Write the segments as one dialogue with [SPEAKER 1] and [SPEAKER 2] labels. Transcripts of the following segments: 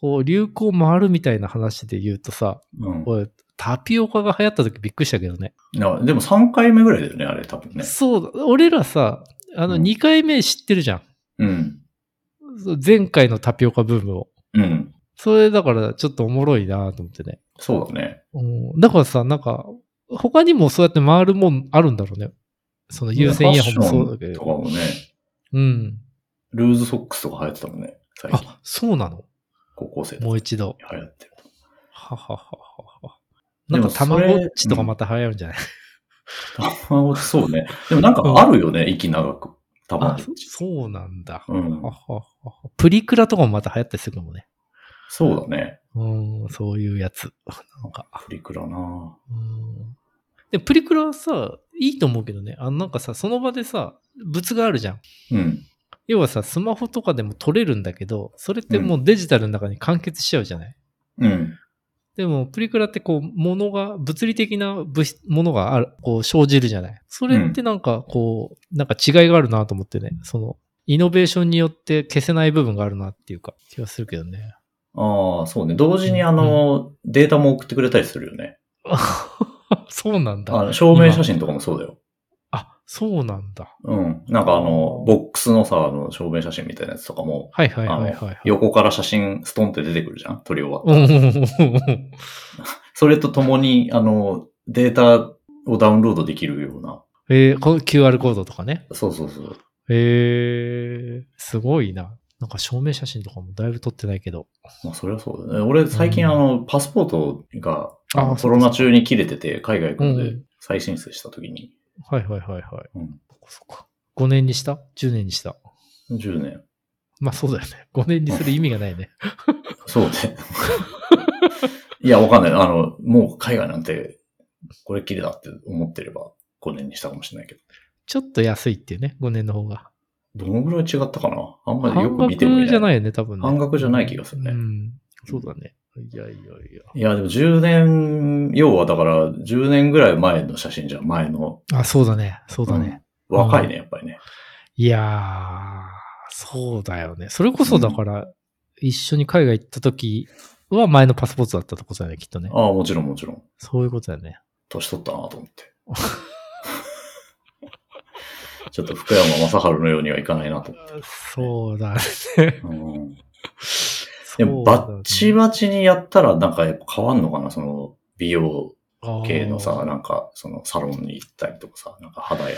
[SPEAKER 1] こう、流行回るみたいな話で言うとさ、
[SPEAKER 2] うん。
[SPEAKER 1] これタピオカが流行った時びっくりしたけどね。
[SPEAKER 2] なでも3回目ぐらいだよね、あれ、多分ね。
[SPEAKER 1] そう、俺らさ、あの、
[SPEAKER 2] うん
[SPEAKER 1] 2回目知ってるじゃん。
[SPEAKER 2] うん。
[SPEAKER 1] そう前回のタピオカブームを。
[SPEAKER 2] うん。
[SPEAKER 1] それだからちょっとおもろいなと思ってね。
[SPEAKER 2] そうだね。
[SPEAKER 1] うんだからさ、なんか、他にもそうやって回るもんあるんだろうね。その優先イヤホンもそうだけど。
[SPEAKER 2] ファッションとかもね、
[SPEAKER 1] うん。
[SPEAKER 2] ルーズソックスとか流行ってたもんね、最近。
[SPEAKER 1] あ、そうなの
[SPEAKER 2] 高校生と
[SPEAKER 1] も
[SPEAKER 2] か
[SPEAKER 1] う一度。
[SPEAKER 2] に流行ってると。
[SPEAKER 1] ははははは。な
[SPEAKER 2] で
[SPEAKER 1] んか
[SPEAKER 2] も
[SPEAKER 1] た
[SPEAKER 2] そ
[SPEAKER 1] ま
[SPEAKER 2] れ
[SPEAKER 1] ごっちとかまた流行るんじゃない、
[SPEAKER 2] 卵そうね。でもなんかあるよね、息長く。
[SPEAKER 1] あ
[SPEAKER 2] 卵
[SPEAKER 1] そ、 そうなんだ。
[SPEAKER 2] うん
[SPEAKER 1] は。はははプリクラとかもまた流行ったりするかもね。
[SPEAKER 2] そうだね。
[SPEAKER 1] うん、そういうやつ。なんか。
[SPEAKER 2] プリクラな
[SPEAKER 1] うん。で、プリクラはさ、いいと思うけどね。あの、なんかさ、その場でさ、物があるじゃん。
[SPEAKER 2] うん。
[SPEAKER 1] 要はさ、スマホとかでも撮れるんだけど、それってもうデジタルの中に完結しちゃうじゃない、
[SPEAKER 2] うん。
[SPEAKER 1] でも、プリクラってこう、ものが、物理的な物質、ものがある、こう、生じるじゃないそれってなんか、こう、なんか違いがあるなと思ってね。その、イノベーションによって消せない部分があるなっていうか、気がするけどね。
[SPEAKER 2] ああ、そうね。同時にあの、データも送ってくれたりするよね。
[SPEAKER 1] そうなんだ。
[SPEAKER 2] あ
[SPEAKER 1] あ
[SPEAKER 2] の、証明写真とかもそうだよ。
[SPEAKER 1] そうなんだ。
[SPEAKER 2] うん。なんかあ
[SPEAKER 1] あ
[SPEAKER 2] の
[SPEAKER 1] ー、
[SPEAKER 2] ボックスのさ、あの、証明写真みたいなやつとかも、
[SPEAKER 1] はいはい
[SPEAKER 2] あ
[SPEAKER 1] はいはい、
[SPEAKER 2] の
[SPEAKER 1] はい、。
[SPEAKER 2] 横から写真ストンって出てくるじゃん撮り終わって。
[SPEAKER 1] うんうんうんうん
[SPEAKER 2] それとともに、あの、データをダウンロードできるような。
[SPEAKER 1] えーこの QR コードとかね。
[SPEAKER 2] そうそうそう。
[SPEAKER 1] えー、すごいな。なんか証明写真とかもだいぶ撮ってないけど。
[SPEAKER 2] まあ、それはそうだね。俺、最近、
[SPEAKER 1] うん
[SPEAKER 2] あの、パスポートが、
[SPEAKER 1] あー
[SPEAKER 2] あの
[SPEAKER 1] そ
[SPEAKER 2] コ
[SPEAKER 1] うか
[SPEAKER 2] ロナ中に切れてて、海外行くの
[SPEAKER 1] う
[SPEAKER 2] で
[SPEAKER 1] ん、
[SPEAKER 2] 再申請した時に、
[SPEAKER 1] はいはいはいはい。
[SPEAKER 2] うん
[SPEAKER 1] そっかそっか。5年にした ?10 年にした
[SPEAKER 2] 10年。
[SPEAKER 1] まあそうだよね。5年にする意味がないね。
[SPEAKER 2] そうね。 いや、わかんない。あの、もう海外なんて、これっきりだって思ってれば、5年にしたかもしれないけ
[SPEAKER 1] ちょっと安いっていうね、5年の方が。
[SPEAKER 2] ど。どのぐらい違ったかなあんまりよ
[SPEAKER 1] 半
[SPEAKER 2] く見てもいな
[SPEAKER 1] 額
[SPEAKER 2] い。
[SPEAKER 1] じゃないよね、多分ね。
[SPEAKER 2] 半額じゃない気がするね
[SPEAKER 1] うん。そうだね。いやいやいや。
[SPEAKER 2] いや、でも10年、要はだから、10年ぐらい前の写真じゃん、前の。
[SPEAKER 1] あ、そうだね。そうだね。
[SPEAKER 2] うん若いね、やっぱりね。
[SPEAKER 1] いやー、そうだよね。それこそだから、一緒に海外行った時は前のパスポートだったってことだよね、きっとね。
[SPEAKER 2] ああ、もちろんもちろん。
[SPEAKER 1] そういうことだよね。
[SPEAKER 2] 年取ったなと 思って。ちょっと福山雅治のようにはいかないなと思って。
[SPEAKER 1] そうだね。
[SPEAKER 2] うん、
[SPEAKER 1] そう
[SPEAKER 2] で
[SPEAKER 1] だ
[SPEAKER 2] も、バッチ
[SPEAKER 1] ね
[SPEAKER 2] バチにやったら、なんかやっぱ変わんのかなその、美容系の
[SPEAKER 1] あ
[SPEAKER 2] さ、
[SPEAKER 1] ー
[SPEAKER 2] なんか、そのサロンに行ったりとかさ、なんか肌や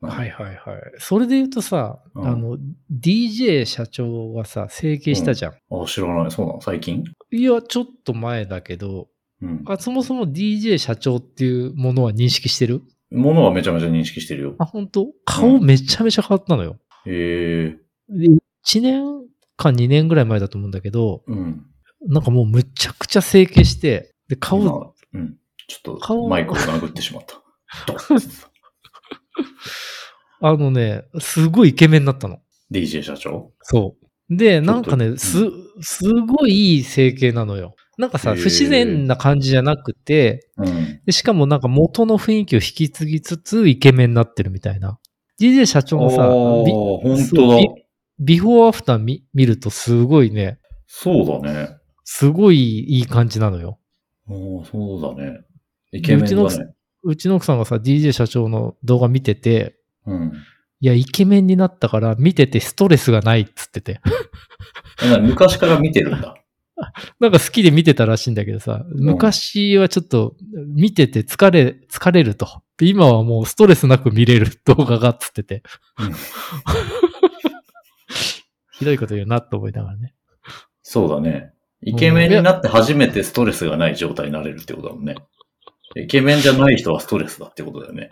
[SPEAKER 2] ら。
[SPEAKER 1] はいはいはい。それで言うとさ、
[SPEAKER 2] うん
[SPEAKER 1] あの、DJ 社長がさ、整形したじゃん。
[SPEAKER 2] あ、知らない。そうなの最近
[SPEAKER 1] いや、ちょっと前だけど、
[SPEAKER 2] うん。
[SPEAKER 1] あそもそも DJ 社長っていうものは認識してる
[SPEAKER 2] ものはめちゃめちゃ認識してるよ。
[SPEAKER 1] あ、本当顔めちゃめちゃ変わったのよ。
[SPEAKER 2] へえ。
[SPEAKER 1] で、1年か2年ぐらい前だと思うんだけど、
[SPEAKER 2] うん。
[SPEAKER 1] なんかもうむちゃくちゃ整形して、で、顔、
[SPEAKER 2] 今うん。ちょっ
[SPEAKER 1] 顔
[SPEAKER 2] と、マイクを殴ってし まった。ドッ
[SPEAKER 1] あのね、すごいイケメンだったの。
[SPEAKER 2] DJ 社長
[SPEAKER 1] そう。で、なんかね、
[SPEAKER 2] う
[SPEAKER 1] す、すごいいい整形なのよ。なんかさ、
[SPEAKER 2] へー
[SPEAKER 1] 不自然な感じじゃなくて、
[SPEAKER 2] うん。
[SPEAKER 1] でしかもなんか元の雰囲気を引き継ぎつつ、イケメンになってるみたいな。DJ 社長のさ、
[SPEAKER 2] お
[SPEAKER 1] ビ
[SPEAKER 2] ー本当
[SPEAKER 1] そう
[SPEAKER 2] だ
[SPEAKER 1] ビ。ビフォーアフター見見るとすごいね、
[SPEAKER 2] そうだね。
[SPEAKER 1] すごいいい感じなのよ。
[SPEAKER 2] おーそうだね。イケメンだ
[SPEAKER 1] うち
[SPEAKER 2] ね。
[SPEAKER 1] うちの奥さんがさ、DJ 社長の動画見てて、
[SPEAKER 2] うん。
[SPEAKER 1] いや、イケメンになったから見ててストレスがないっつってて。
[SPEAKER 2] えな昔から見てる んだ。
[SPEAKER 1] なんか好きで見てたらしいんだけどさ、昔はちょっと見てて疲れ、疲れると。で今はもうストレスなく見れる動画がっつってて
[SPEAKER 2] うん。
[SPEAKER 1] ひどいこと言うなと思いながらね。
[SPEAKER 2] そうだね。イケメンになって初めてストレスがない状態になれるってことだもんね。イケメンじゃない人はストレスだってことだよね。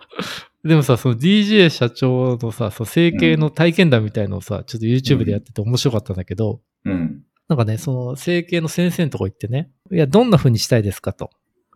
[SPEAKER 1] でもさ、その DJ 社長のさ、その整形の体験談みたいのをさ、ちょっと YouTube でやってて面白かったんだけど、
[SPEAKER 2] うん。
[SPEAKER 1] なんかね、その整形の先生のとこ行ってね、いや、どんな風にしたいですかと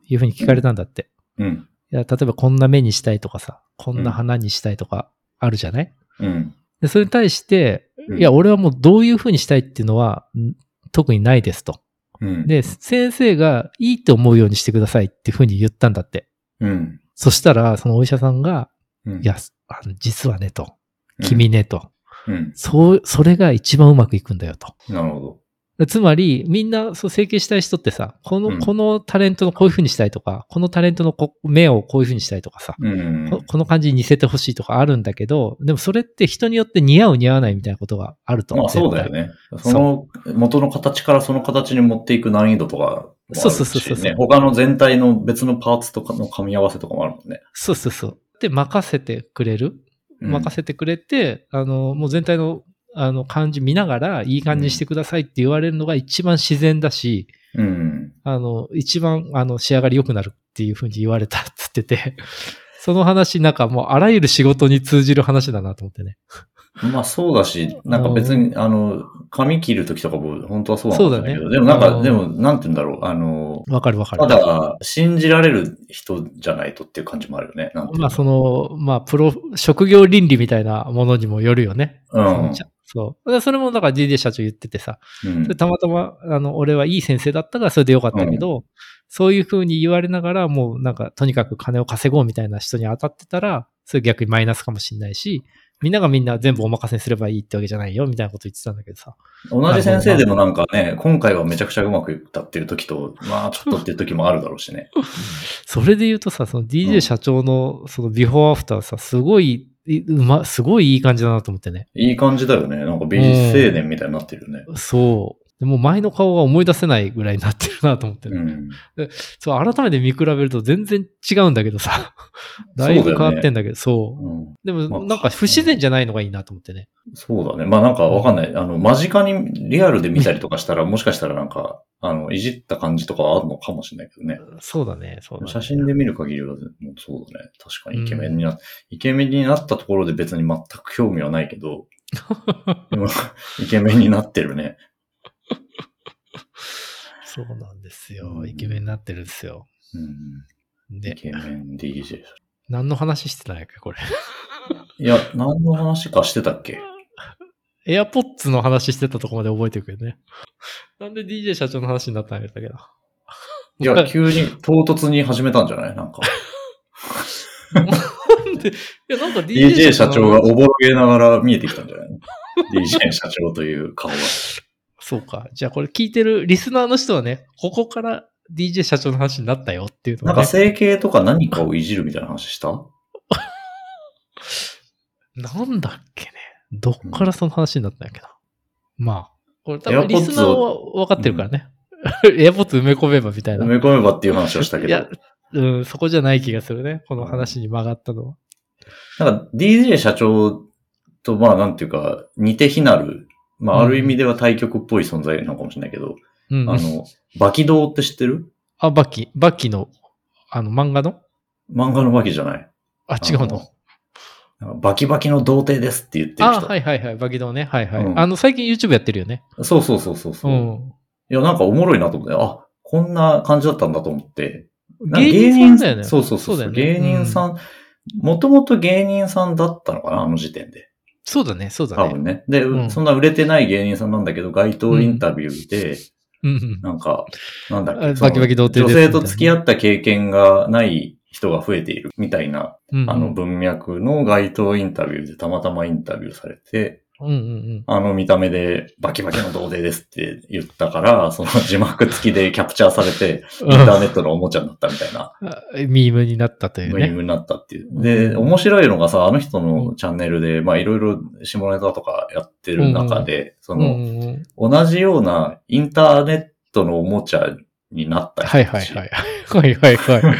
[SPEAKER 1] いう風に聞かれたんだって。
[SPEAKER 2] うん。
[SPEAKER 1] いや、例えばこんな目にしたいとかさ、こんな鼻にしたいとかあるじゃない、
[SPEAKER 2] うん。
[SPEAKER 1] で、それに対して、
[SPEAKER 2] うん
[SPEAKER 1] いや、俺はもうどういう風にしたいっていうのは、ん特にないですと。
[SPEAKER 2] うん。
[SPEAKER 1] で、先生がいいと思うようにしてくださいっていう風に言ったんだって。
[SPEAKER 2] うん。
[SPEAKER 1] そしたら、そのお医者さんが、
[SPEAKER 2] うん
[SPEAKER 1] いや、、あの実はねと、
[SPEAKER 2] うん。
[SPEAKER 1] 君ねと、
[SPEAKER 2] うん。
[SPEAKER 1] そう、それが一番うまくいくんだよと。
[SPEAKER 2] なるほど。
[SPEAKER 1] つまり、みんな、そう、整形したい人ってさ、この、
[SPEAKER 2] うん
[SPEAKER 1] このタレントのこういう風にしたいとか、このタレントのこ目をこういう風にしたいとかさ、
[SPEAKER 2] うん。
[SPEAKER 1] ここの感じに似せてほしいとかあるんだけど、でもそれって人によって似合う似合わないみたいなことがあると
[SPEAKER 2] ま
[SPEAKER 1] 思
[SPEAKER 2] あそうだよ
[SPEAKER 1] ね。
[SPEAKER 2] ね。その元の形からその形に持っていく難易度とかもあるし、ね。
[SPEAKER 1] そうそうそうそうそう
[SPEAKER 2] 他の全体の別のパーツとかの噛み合わせとかもあるもんね。
[SPEAKER 1] そうそうそう。で、任せてくれる
[SPEAKER 2] うん
[SPEAKER 1] 任せてくれて、あの、もう全体の、あの、感じ見ながら、いい感じにしてくださいって言われるのが一番自然だし、
[SPEAKER 2] うん。
[SPEAKER 1] あの、一番、あの、仕上がり良くなるっていう風に言われたっつってて、 その話、なんかもう、あらゆる仕事に通じる話だなと思ってね。
[SPEAKER 2] まあそうだし、なんか別に、あの、髪切るときとかも本当はそうなんだけど、
[SPEAKER 1] そうだね
[SPEAKER 2] でもなん
[SPEAKER 1] う
[SPEAKER 2] か、
[SPEAKER 1] ん
[SPEAKER 2] でもなんて言うんだろう、あの、
[SPEAKER 1] わかるわかる。
[SPEAKER 2] ただ、信じられる人じゃないとっていう感じもあるよね。なんていう
[SPEAKER 1] ま
[SPEAKER 2] の
[SPEAKER 1] あ、その、まあ、プロ、職業倫理みたいなものにもよるよね。
[SPEAKER 2] うん。
[SPEAKER 1] そう。でそれも、だから DJ 社長言っててさ、
[SPEAKER 2] うん
[SPEAKER 1] それたまたま、あの、俺はいい先生だったからそれでよかったけど、そういう風に言われながら、もうなんか、とにかく金を稼ごうみたいな人に当たってたら、それ逆にマイナスかもしれないし、みんながみんな全部お任せにすればいいってわけじゃないよ、みたいなこと言ってたんだけどさ。
[SPEAKER 2] 同じ先生でもなんかね、今回はめちゃくちゃうまくいったっていう時と、まあちょっとっていう時もあるだろうしね。
[SPEAKER 1] それで言うとさ、その
[SPEAKER 2] うん
[SPEAKER 1] DJ 社長の、そのビフォーアフターさ、すごい、いうま、すごいいい感じだなと思ってね。
[SPEAKER 2] いい感じだよね。なんか美術青年みたいになってるよね。
[SPEAKER 1] そう。でもう前の顔が思い出せないぐらいになってるなと思ってね。
[SPEAKER 2] うん。
[SPEAKER 1] そう、改めて見比べると全然違うんだけどさ。だいぶ変わってんだけど、そう
[SPEAKER 2] うん
[SPEAKER 1] で
[SPEAKER 2] まあ
[SPEAKER 1] も、なんか不自然じゃないのがいいなと思ってね。
[SPEAKER 2] そうだね。まあなんかわかんない。あの、間近にリアルで見たりとかしたら、もしかしたらなんか、あの、いじった感じとかはあるのかもしれないけどね。
[SPEAKER 1] そうだね、そうだね。
[SPEAKER 2] 写真で見る限りは、もうそうだね。確かにイケメンにな、イケメンになったところで別に全く興味はないけど、でもイケメンになってるね。
[SPEAKER 1] そうなんです
[SPEAKER 2] う
[SPEAKER 1] よ。
[SPEAKER 2] ん
[SPEAKER 1] イケメンになってるんですよ。
[SPEAKER 2] うん、イ
[SPEAKER 1] で、
[SPEAKER 2] ケメン DJ。
[SPEAKER 1] 何の話してたんやっけ、これ。
[SPEAKER 2] いや、何の話かしてたっけ
[SPEAKER 1] エアポッツの話してたとこまで覚えてるけどね。 なんで DJ 社長の話になったんやったっけな。
[SPEAKER 2] いや、急に唐突に始めたんじゃないなんか。
[SPEAKER 1] なんで、いや、なんか DJ
[SPEAKER 2] DJ 社長が
[SPEAKER 1] の話
[SPEAKER 2] おぼろげながら見えてきたんじ ゃない ?DJ 社長という顔が。
[SPEAKER 1] そうか。じゃあこれ聞いてるリスナーの人はね、ここから DJ 社長の話になったよっていうの
[SPEAKER 2] なん
[SPEAKER 1] が、
[SPEAKER 2] か
[SPEAKER 1] ね、
[SPEAKER 2] 整形とか何かをいじるみたいな話した
[SPEAKER 1] なんだっけね。どっからその話になったんやっけな。まあ、これ多分
[SPEAKER 2] AirPods を
[SPEAKER 1] リスナーは分かってるからね。 エアポッツ埋め込めばみたい
[SPEAKER 2] 埋
[SPEAKER 1] な。
[SPEAKER 2] め込めばっていう話をしたけ
[SPEAKER 1] い
[SPEAKER 2] ど
[SPEAKER 1] や。、うん、そこじゃない気がするね。この話に曲がったのは。
[SPEAKER 2] なんか DJ 社長とまあなんていうか、似て非なる、まあある意味では対極っぽい存在なのかもしれないけど、
[SPEAKER 1] うん。
[SPEAKER 2] あの、バキドーって知ってる
[SPEAKER 1] あ、バッキ、バッキの、あの、漫画の
[SPEAKER 2] 漫画のバキじゃない。
[SPEAKER 1] あ、違うの。
[SPEAKER 2] なんかバキバキの童貞ですって言ってる
[SPEAKER 1] あ、
[SPEAKER 2] 人。
[SPEAKER 1] はいはいはい。バキのね。はいはい。
[SPEAKER 2] うん
[SPEAKER 1] あの、最近 YouTube やってるよね。
[SPEAKER 2] そうそうそうそうそうう、
[SPEAKER 1] ん。
[SPEAKER 2] いや、なんかおもろいなと思って、あ、こんな感じだったんだと思って。なんか
[SPEAKER 1] 芸人さんだよね。
[SPEAKER 2] そうそうそう
[SPEAKER 1] だ
[SPEAKER 2] そ
[SPEAKER 1] よ
[SPEAKER 2] う、
[SPEAKER 1] ね
[SPEAKER 2] 芸人さ
[SPEAKER 1] うん。
[SPEAKER 2] ん、もともと芸人さんだったのかな、あの時点で。
[SPEAKER 1] そうだね、そうだ
[SPEAKER 2] 多
[SPEAKER 1] ね。
[SPEAKER 2] 分ね。で、
[SPEAKER 1] うん
[SPEAKER 2] そんな売れてない芸人さんなんだけど、街頭インタビューで、
[SPEAKER 1] うんうん。
[SPEAKER 2] なんか、なんだっ
[SPEAKER 1] あ
[SPEAKER 2] け、その
[SPEAKER 1] バキバキ童貞ですみた
[SPEAKER 2] 女
[SPEAKER 1] い
[SPEAKER 2] 性
[SPEAKER 1] な
[SPEAKER 2] と付き合った経験がない人が増えているみたいな、
[SPEAKER 1] うんうん
[SPEAKER 2] あの、文脈の街頭インタビューでたまたまインタビューされて、
[SPEAKER 1] うんうんうん。
[SPEAKER 2] あの見た目でバキバキの童貞ですって言ったから、その字幕付きでキャプチャーされて、インターネットのおもちゃになったみたいな、
[SPEAKER 1] あミームになったという
[SPEAKER 2] ムー
[SPEAKER 1] ね。
[SPEAKER 2] ムになったっていうう。
[SPEAKER 1] ん
[SPEAKER 2] で、面白いのがさ、あの人のチャンネルで、まあいろいろ下ネタとかやってる中で、そ
[SPEAKER 1] うん
[SPEAKER 2] の、
[SPEAKER 1] うんうん
[SPEAKER 2] 同じようなインターネットのおもちゃになった
[SPEAKER 1] はい
[SPEAKER 2] 人
[SPEAKER 1] は
[SPEAKER 2] た
[SPEAKER 1] い
[SPEAKER 2] ち
[SPEAKER 1] はい。 はいはいはい。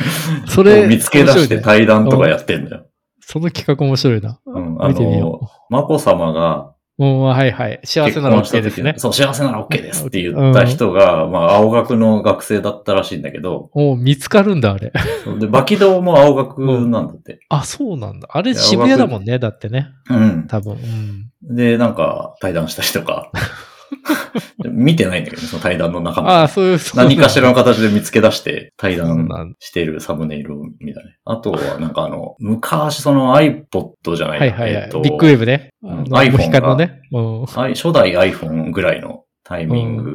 [SPEAKER 1] それ、
[SPEAKER 2] を見つけ出して
[SPEAKER 1] 面白いね
[SPEAKER 2] 対談とかやってんだよ。
[SPEAKER 1] その企画面白いな。
[SPEAKER 2] うんあ
[SPEAKER 1] 見てみよ
[SPEAKER 2] の、まこさまが
[SPEAKER 1] う。うん、はいはい。幸せなら OK ですね
[SPEAKER 2] 結婚した時に。そう、幸せなら OK ですって言った人が、まあ青学の学生だったらしいんだけど、
[SPEAKER 1] おう見つかるんだ、あれ。
[SPEAKER 2] そうで、バキドも青学なんだって。
[SPEAKER 1] あ、そうなんだ。あれ
[SPEAKER 2] いや
[SPEAKER 1] 渋谷だもんね、だってね。
[SPEAKER 2] うん。
[SPEAKER 1] 多分。うん。
[SPEAKER 2] で、なんか、対談したりと か。見てないんだけどね、その対談の中身。
[SPEAKER 1] ああ、そういう、そう
[SPEAKER 2] 何かしらの形で見つけ出して、対
[SPEAKER 1] そうなん
[SPEAKER 2] 談してるサムネイルを見たね。あとは、なんかあの、昔その iPod じゃな
[SPEAKER 1] ないんだ
[SPEAKER 2] な
[SPEAKER 1] はいはいは
[SPEAKER 2] えっ
[SPEAKER 1] い
[SPEAKER 2] と。
[SPEAKER 1] ビッグウェーブね。
[SPEAKER 2] ん
[SPEAKER 1] あの
[SPEAKER 2] iPhone
[SPEAKER 1] モヒカルのね。うん。
[SPEAKER 2] はい初代 iPhone ぐらいのタイミング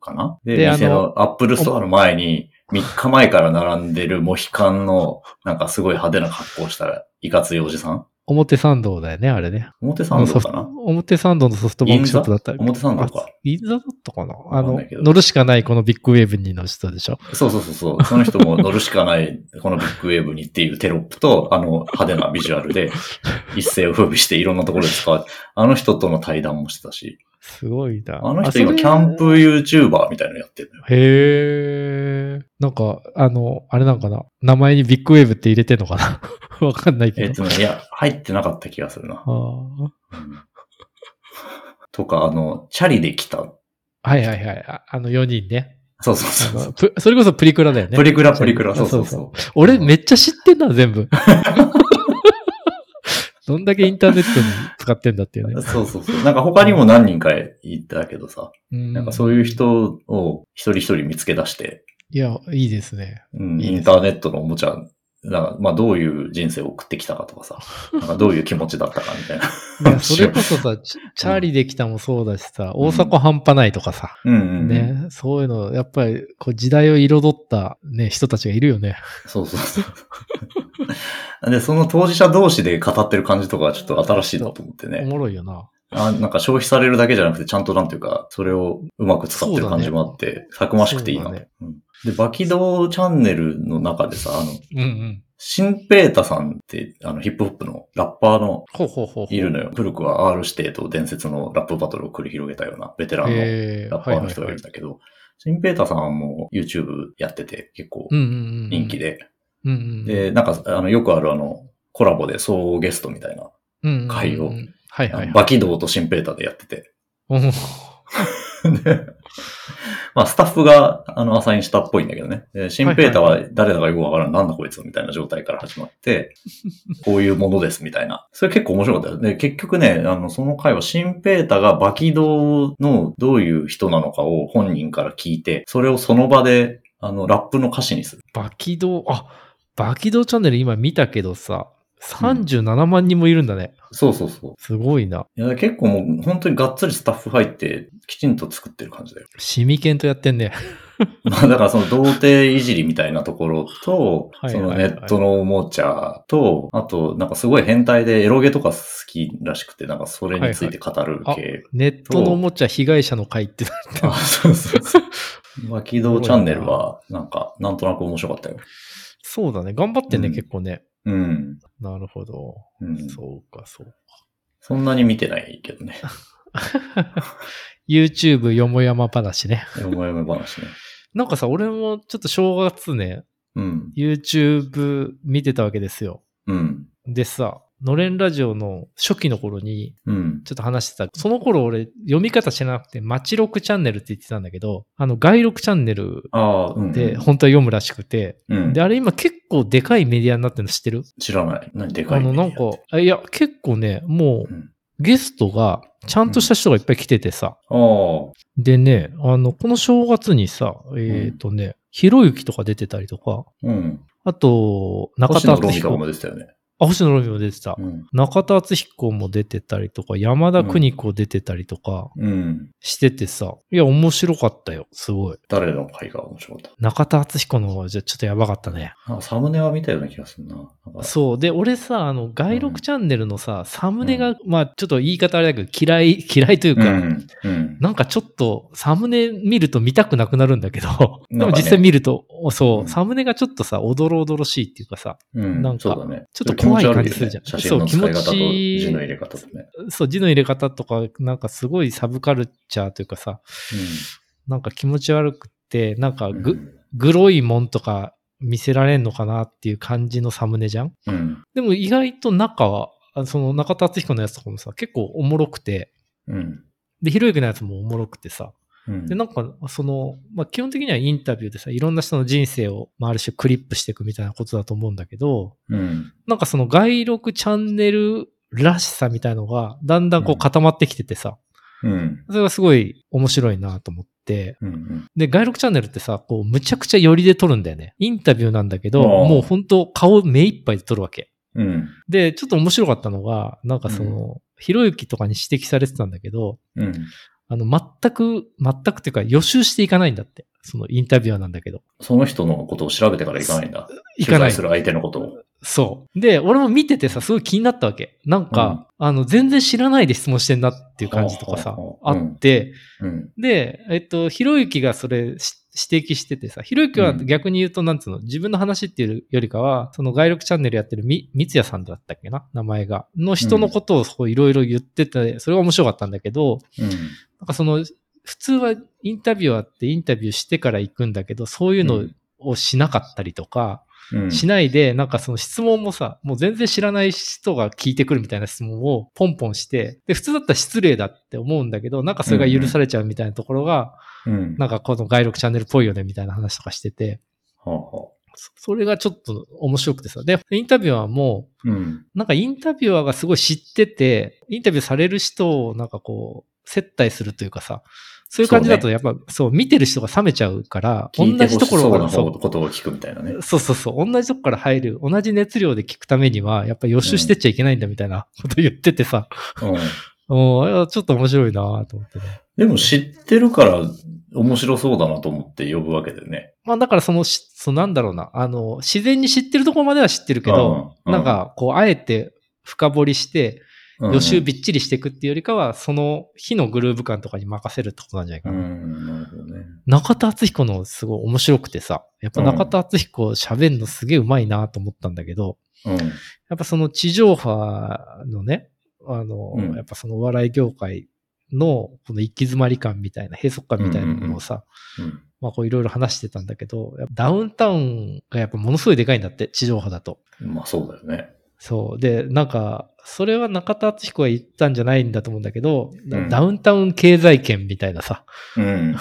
[SPEAKER 2] かな、で、
[SPEAKER 1] で
[SPEAKER 2] 店
[SPEAKER 1] あ
[SPEAKER 2] の Apple Store の前に、3日前から並んでるモヒカンの、なんかすごい派手な格好したいかついおじさん
[SPEAKER 1] 表参道だよね、あれね。
[SPEAKER 2] 表参道か
[SPEAKER 1] あのソ
[SPEAKER 2] な
[SPEAKER 1] フト表参道のソフトバンクショップだった
[SPEAKER 2] 表参道
[SPEAKER 1] あ。
[SPEAKER 2] か
[SPEAKER 1] 銀座だったかなあ
[SPEAKER 2] わかん
[SPEAKER 1] の
[SPEAKER 2] ないけ、ど
[SPEAKER 1] 乗るしかないこのビッグウェーブに乗せたでしょ。
[SPEAKER 2] そうそうそうそう。その人も乗るしかない、このビッグウェーブにっていうテロップと、あの派手なビジュアルで、一世を風靡していろんなところで使われて、あの人との対談もしてたし、
[SPEAKER 1] すごいな。
[SPEAKER 2] あの人
[SPEAKER 1] そ
[SPEAKER 2] 今
[SPEAKER 1] れ
[SPEAKER 2] キャンプ YouTuber みたいなのやってるのよ。
[SPEAKER 1] へえ。なんか、あの、あれなんかな。名前にビッグウェーブって入れてんのかな わかんない
[SPEAKER 2] え
[SPEAKER 1] け
[SPEAKER 2] っ
[SPEAKER 1] ど。
[SPEAKER 2] とね、いや、入ってなかった気がするな
[SPEAKER 1] あ。ー
[SPEAKER 2] うんとか、あの、チャリで来た。
[SPEAKER 1] はいはいはい。ああの4人ね。
[SPEAKER 2] そうそう
[SPEAKER 1] あ
[SPEAKER 2] そうそ
[SPEAKER 1] の
[SPEAKER 2] う。
[SPEAKER 1] プそれこそプリクラだよね。
[SPEAKER 2] プリクラ、プリクラ、
[SPEAKER 1] あ
[SPEAKER 2] そうそうそう。
[SPEAKER 1] 俺めっちゃ知ってんな、全部。 どんだけインターネットに使ってんだっていう ね。
[SPEAKER 2] そうそうそう。なんか他にも何人か行ったけどさ、
[SPEAKER 1] な
[SPEAKER 2] なんかそういう人を一人一人見つけ出して、
[SPEAKER 1] いや、いいです ね。
[SPEAKER 2] う
[SPEAKER 1] いい
[SPEAKER 2] ん、
[SPEAKER 1] です
[SPEAKER 2] インターネットのおもちゃ、なんかまあどういう人生を送ってきたかとかさ、なんかどういう気持ちだったかみたいな。
[SPEAKER 1] いや、それこそさ、チチャーリーできたもそうだしさ、
[SPEAKER 2] うん
[SPEAKER 1] 大阪半端ないとかさ、
[SPEAKER 2] うんうんうん。
[SPEAKER 1] ね、そういうの、やっぱり、こう、時代を彩ったね、人たちがいるよね。
[SPEAKER 2] そうそうそう。 で、その当事者同士で語ってる感じとかはちょっと新しいなと思って
[SPEAKER 1] お
[SPEAKER 2] ね。
[SPEAKER 1] もろいよな。
[SPEAKER 2] あなんか消費されるだけじゃなくて、ちゃんとなんていうか、それをうまく使ってる感じもあって、たくましくていいなと、
[SPEAKER 1] そうだね
[SPEAKER 2] うんで、バキドーチャンネルの中でさ、あの、
[SPEAKER 1] うんうん。
[SPEAKER 2] シンペータさんって、あの、ヒップホップのラッパーの
[SPEAKER 1] ほうほうほうほう。
[SPEAKER 2] いるのよ。古くは R 指定と伝説のラップバトルを繰り広げたようなベテランのラ
[SPEAKER 1] えー
[SPEAKER 2] ッパーの人がいるんだけど、シンペータさんも YouTube やってて結構
[SPEAKER 1] うんうんうん。
[SPEAKER 2] 人気。で、
[SPEAKER 1] うんうん。
[SPEAKER 2] で、なんかあのよくあるあのコラボで総ゲストみたいな、
[SPEAKER 1] うんうんうん、
[SPEAKER 2] 会を
[SPEAKER 1] はいはいはい。
[SPEAKER 2] バキドーとシンペータでやってて、
[SPEAKER 1] うん
[SPEAKER 2] でまあスタッフがあのアサインしたっぽいんだけどね、でシンペータは誰だかよくわからん、なんだこいつみたいな状態から始まって、こういうものですみたいな。それ結構面白かったよ。で、結局ね、あの、その回はシンペータがバキドーのどういう人なのかを本人から聞いて、それをその場で、あの、ラップの歌詞にする。
[SPEAKER 1] バキドー、あ、バキドーチャンネル今見たけどさ、37万人もいるんだね。
[SPEAKER 2] そうそうそう。
[SPEAKER 1] すごいな。
[SPEAKER 2] いや、結構もう本当にがっつりスタッフ入って、きちんと作ってる感じだよ。
[SPEAKER 1] シミケンとやってん ね。
[SPEAKER 2] まあだからその童貞いじりみたいなところと、
[SPEAKER 1] はい
[SPEAKER 2] そ
[SPEAKER 1] はい
[SPEAKER 2] の
[SPEAKER 1] はい
[SPEAKER 2] ネットのおもちゃと、あとなんかすごい変態でエロゲとか好きらしくて、なんかそれについて語る系。
[SPEAKER 1] はいネットのおもちゃ被害者の会ってなって
[SPEAKER 2] あ、そうそうそう。バキドーチャンネルは、なんか、なんとなく面白かったよ。
[SPEAKER 1] そうだね。頑張ってね、
[SPEAKER 2] うん
[SPEAKER 1] 結構ね。
[SPEAKER 2] うん。
[SPEAKER 1] なるほど。
[SPEAKER 2] うん、
[SPEAKER 1] そうか、そうか。
[SPEAKER 2] そんなに見てないけ どね。
[SPEAKER 1] YouTube よもやま話ね。
[SPEAKER 2] よもやま話ね。
[SPEAKER 1] なんかさ、俺もちょっと正月ね、
[SPEAKER 2] うん。
[SPEAKER 1] YouTube 見てたわけですよ。
[SPEAKER 2] うん。
[SPEAKER 1] でさ、のれんラジオの初期の頃に
[SPEAKER 2] うん。
[SPEAKER 1] ちょっと話してた。その頃俺読み方知らなくて、街録チャンネルって言ってたんだけど、あの、街録チャンネル
[SPEAKER 2] ああ、うん。
[SPEAKER 1] で本当は読むらしくて、
[SPEAKER 2] うん
[SPEAKER 1] で、、あれ今結構でかいメディアになってるの知ってる
[SPEAKER 2] 知らない。何でか
[SPEAKER 1] あ
[SPEAKER 2] い
[SPEAKER 1] の、
[SPEAKER 2] メディア
[SPEAKER 1] なんか、あいや、結構ね、も
[SPEAKER 2] うん
[SPEAKER 1] う、ゲストが、ちゃんとした人がいっぱい来ててさ。
[SPEAKER 2] ああ。
[SPEAKER 1] でね、あの、この正月にさ、えっ、とね、ひろゆきとか出てたりとか、
[SPEAKER 2] うん。
[SPEAKER 1] あと、中
[SPEAKER 2] 星
[SPEAKER 1] 田
[SPEAKER 2] 野ロ
[SPEAKER 1] 敦
[SPEAKER 2] ミとか
[SPEAKER 1] 彦。
[SPEAKER 2] も出てたよね。
[SPEAKER 1] あ、星野ロミも出てた。
[SPEAKER 2] うん。
[SPEAKER 1] 中田敦彦も出てたりとか、山田邦子出てたりとか
[SPEAKER 2] うん。
[SPEAKER 1] しててさ、いや、面白かったよ、すごい。
[SPEAKER 2] 誰の回が面白かっ
[SPEAKER 1] 中田敦彦の方がじゃちょっとやばかったね。
[SPEAKER 2] たなんかサムネは見たような気がするな。なんか
[SPEAKER 1] そう。で、俺さ、あの、外録チャンネルのさ、サムネが、まあ、ちょっと言い方あれだけど、嫌い、 嫌いという
[SPEAKER 2] う
[SPEAKER 1] か、
[SPEAKER 2] ん。うん。
[SPEAKER 1] なんかちょっと、サムネ見ると見たくなくなるんだけど、で
[SPEAKER 2] なんかね
[SPEAKER 1] も実際見ると、そう、
[SPEAKER 2] うん
[SPEAKER 1] サムネがちょっとさ、おどろおどろしいっていうかさ、
[SPEAKER 2] うん
[SPEAKER 1] なんか
[SPEAKER 2] そうだね。
[SPEAKER 1] ちょっと怖い感じするじゃん
[SPEAKER 2] 気持ち悪いよね写真の使
[SPEAKER 1] そ
[SPEAKER 2] い方と
[SPEAKER 1] う気持ちいい
[SPEAKER 2] 字の入れ方とね。
[SPEAKER 1] そう、字の入れ方とか、なんかすごいサブカルチャーというかさ、なんか気持ち悪くて、なんか
[SPEAKER 2] うん
[SPEAKER 1] グ、グロいもんとか見せられんのかなっていう感じのサムネじゃん
[SPEAKER 2] うん。
[SPEAKER 1] でも意外と中は、あその中田敦彦のやつとかもさ、結構おもろくて、
[SPEAKER 2] うん。
[SPEAKER 1] で、ひろゆきのやつもおもろくてさ、
[SPEAKER 2] うん
[SPEAKER 1] で、なんか、その、まあ、基本的にはインタビューでさ、いろんな人の人生を、まあ、ある種クリップしていくみたいなことだと思うんだけど、
[SPEAKER 2] うん。
[SPEAKER 1] なんかその外録チャンネルらしさみたいのが、だんだんこ
[SPEAKER 2] う
[SPEAKER 1] うん固まってきててさ、
[SPEAKER 2] うん。
[SPEAKER 1] それがすごい面白いなと思って、
[SPEAKER 2] うん。
[SPEAKER 1] で、外録チャンネルってさ、こう、むちゃくちゃ寄りで撮るんだよね。インタビューなんだけど、
[SPEAKER 2] あー
[SPEAKER 1] もう本当顔目いっぱいで撮るわけ。
[SPEAKER 2] うん。
[SPEAKER 1] で、ちょっと面白かったのが、なんかその、ひろゆきとかに指摘されてたんだけど、
[SPEAKER 2] うん。
[SPEAKER 1] あの、全く、全くっていうか予習していかないんだって。そのインタビュアーなんだけど。
[SPEAKER 2] その人のことを調べてから行かないんだ。
[SPEAKER 1] 行かな
[SPEAKER 2] 取材
[SPEAKER 1] い
[SPEAKER 2] す。る相手のことを。
[SPEAKER 1] そう。で、俺も見ててさ、すごい気になったわけ。なんか、あの、全然知らないで質問してんなっていう感じとかさ
[SPEAKER 2] ほうほ、う
[SPEAKER 1] あ
[SPEAKER 2] ほう
[SPEAKER 1] って、
[SPEAKER 2] うん。
[SPEAKER 1] で、えっと、ひろゆきがそれし指摘しててさ、ひろゆきは
[SPEAKER 2] うん
[SPEAKER 1] 逆に言うと、なんつうの、自分の話っていうよりかは、その外録チャンネルやってるみ、三ツ矢さんだったっけな、名前が。の人のことをそういろいろ言ってて、それが面白かったんだけど、なんかその、普通はインタビュアーってインタビューしてから行くんだけど、そういうのをしなかったりとか、
[SPEAKER 2] うん。
[SPEAKER 1] しないで、なんかその質問もさ、もう全然知らない人が聞いてくるみたいな質問をポンポンして、で、普通だったら失礼だって思うんだけど、なんかそれが許されちゃうみたいなところが、
[SPEAKER 2] うん。
[SPEAKER 1] なんかこの外録チャンネルっぽいよねみたいな話とかしてて、
[SPEAKER 2] ほうほ
[SPEAKER 1] そそれがちょっと面白くてさ。で、インタビュアーも、
[SPEAKER 2] ううん。
[SPEAKER 1] なんかインタビュアーがすごい知ってて、インタビューされる人をなんかこう、接待するというかさ、そういう感じだとやっぱ、そう,、見てる人が冷めちゃうから、同
[SPEAKER 2] 聞いて
[SPEAKER 1] じ
[SPEAKER 2] ほ
[SPEAKER 1] と
[SPEAKER 2] し
[SPEAKER 1] ころ
[SPEAKER 2] そう
[SPEAKER 1] から、
[SPEAKER 2] な
[SPEAKER 1] そ
[SPEAKER 2] 方
[SPEAKER 1] う
[SPEAKER 2] ことを聞くみたいなね。
[SPEAKER 1] そうそうそう、同じとこから入る、同じ熱量で聞くためには、やっぱ予習してっちゃいけないんだみたいなこと言っててさ、
[SPEAKER 2] うん。
[SPEAKER 1] もういやちょっと面白いなと思ってね。
[SPEAKER 2] でも知ってるから面白そうだなと思って呼ぶわけだよね。
[SPEAKER 1] まあだからそのし、そのなんだろうな、あの、自然に知ってるところまでは知ってるけど、
[SPEAKER 2] うん
[SPEAKER 1] なんかこう、あえて深掘りして、
[SPEAKER 2] うん
[SPEAKER 1] 予習びっちりしていくっていうよりかは、その日のグルーヴ感とかに任せるってことなんじゃないうかな。
[SPEAKER 2] ん、なるほどね。
[SPEAKER 1] 中田敦彦のすごい面白くてさ、やっぱ中田敦彦喋るのすげえうまいなと思ったんだけど、
[SPEAKER 2] うん。
[SPEAKER 1] やっぱその地上波のね、あの、
[SPEAKER 2] うん
[SPEAKER 1] やっぱそのお笑い業界のこの行き詰まり感みたいな、閉塞感みたいなものをさ、
[SPEAKER 2] うん
[SPEAKER 1] まあこういろいろ話してたんだけど、やっぱダウンタウンがやっぱものすごいでかいんだって、地上波だと。
[SPEAKER 2] まあそうだよね。
[SPEAKER 1] そう。で、なんか、それは中田敦彦が言ったんじゃないんだと思うんだけど、
[SPEAKER 2] うん
[SPEAKER 1] ダウンタウン経済圏みたいなさ、
[SPEAKER 2] うん。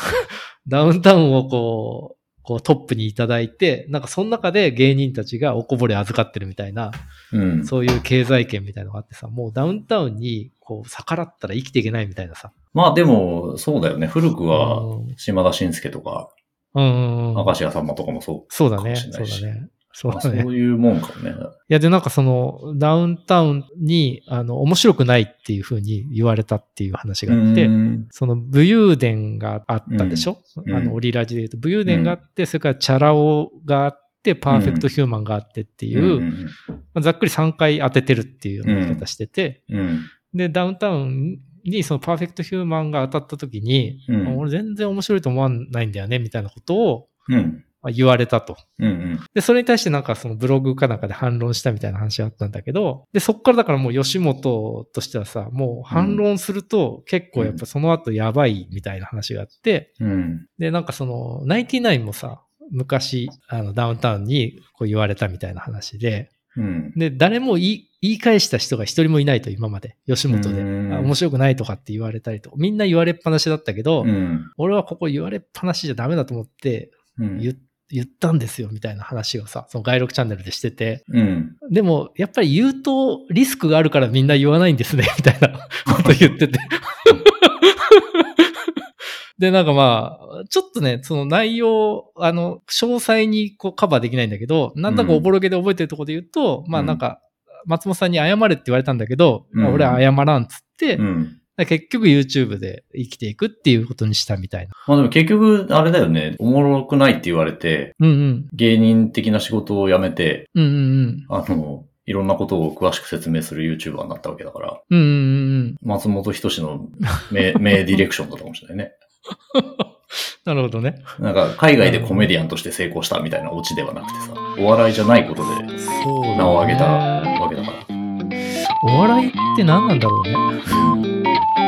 [SPEAKER 1] ダウンタウンをこう、こうトップにいただいて、なんかその中で芸人たちがおこぼれ預かってるみたいな、
[SPEAKER 2] うん。
[SPEAKER 1] そういう経済圏みたいなのがあってさ、もうダウンタウンにこう逆らったら生きていけないみたいなさ。
[SPEAKER 2] まあでも、そうだよね。古くは、
[SPEAKER 1] うん
[SPEAKER 2] 島田紳介とか、
[SPEAKER 1] うんうんう
[SPEAKER 2] 明
[SPEAKER 1] ん。
[SPEAKER 2] 石家さんまとかもそ
[SPEAKER 1] そうだ
[SPEAKER 2] かも
[SPEAKER 1] ね、
[SPEAKER 2] し
[SPEAKER 1] そ
[SPEAKER 2] れ
[SPEAKER 1] う
[SPEAKER 2] ないし
[SPEAKER 1] だね。
[SPEAKER 2] う。
[SPEAKER 1] そう
[SPEAKER 2] まあ
[SPEAKER 1] だ
[SPEAKER 2] そう
[SPEAKER 1] ね。
[SPEAKER 2] いうもんかもね。
[SPEAKER 1] いや、で、なんかその、ダウンタウンに、あの、面白くないっていうふうに言われたっていう話があって、
[SPEAKER 2] うん
[SPEAKER 1] その、武勇伝があったでしょ、
[SPEAKER 2] うん
[SPEAKER 1] あの、オリラジで言うと、武勇伝があって、それからチャラ男があって、パーフェクトヒューマンがあってっていう、
[SPEAKER 2] うん
[SPEAKER 1] まあざっくり3回当ててるっていうような言い方してて、
[SPEAKER 2] うん。
[SPEAKER 1] で、ダウンタウンに、その、パーフェクトヒューマンが当たった時に、
[SPEAKER 2] うん
[SPEAKER 1] あ俺全然面白いと思わないんだよね、みたいなことを
[SPEAKER 2] うん。
[SPEAKER 1] まあ言われたと。
[SPEAKER 2] うん。うん。
[SPEAKER 1] で、それに対してなんかそのブログかなんかで反論したみたいな話があったんだけど、で、そっからだからもう吉本としてはさ、もう反論すると結構やっぱその後やばいみたいな話があって、
[SPEAKER 2] うん。
[SPEAKER 1] で、なんかその、ナインティナインもさ、昔、あの、ダウンタウンにこう言われたみたいな話で、
[SPEAKER 2] うん。
[SPEAKER 1] で、誰も言い、言い返した人が一人もいないと今まで、吉本で。
[SPEAKER 2] うん
[SPEAKER 1] あ面白くないとかって言われたりとか、みんな言われっぱなしだったけど、
[SPEAKER 2] うん。
[SPEAKER 1] 俺はここ言われっぱなしじゃダメだと思って、
[SPEAKER 2] うん。
[SPEAKER 1] 言言ったんですよみたいな話をさ、その外録チャンネルでしてて、
[SPEAKER 2] うん。
[SPEAKER 1] でもやっぱり言うとリスクがあるからみんな言わないんですね みたいなこと言ってて。 で、なんかまあ、ちょっとね、その内容、あの、詳細にこうカバーできないんだけど、なんだかおぼろげで覚えてるところで言うと、まあなんか、松本さんに謝れって言われたんだけど、
[SPEAKER 2] うん
[SPEAKER 1] まあ俺は謝らんっつって、
[SPEAKER 2] うん。
[SPEAKER 1] 結局 YouTube で生きていくっていうことにしたみたいな。
[SPEAKER 2] まあでも結局、あれだよね。おもろくないって言われて、
[SPEAKER 1] うんうん。
[SPEAKER 2] 芸人的な仕事を辞めて、
[SPEAKER 1] うんうんうん。
[SPEAKER 2] あの、いろんなことを詳しく説明する YouTuber になったわけだから、
[SPEAKER 1] うんうんうんうん。
[SPEAKER 2] 松本人志の名名ディレクションだったかもしれないね。
[SPEAKER 1] なるほどね。
[SPEAKER 2] なんか、海外でコメディアンとして成功したみたいなオチではなくてさ、お笑いじゃないことで
[SPEAKER 1] そう
[SPEAKER 2] 名を挙げたわけだから。
[SPEAKER 1] お笑いって何なんだろうね。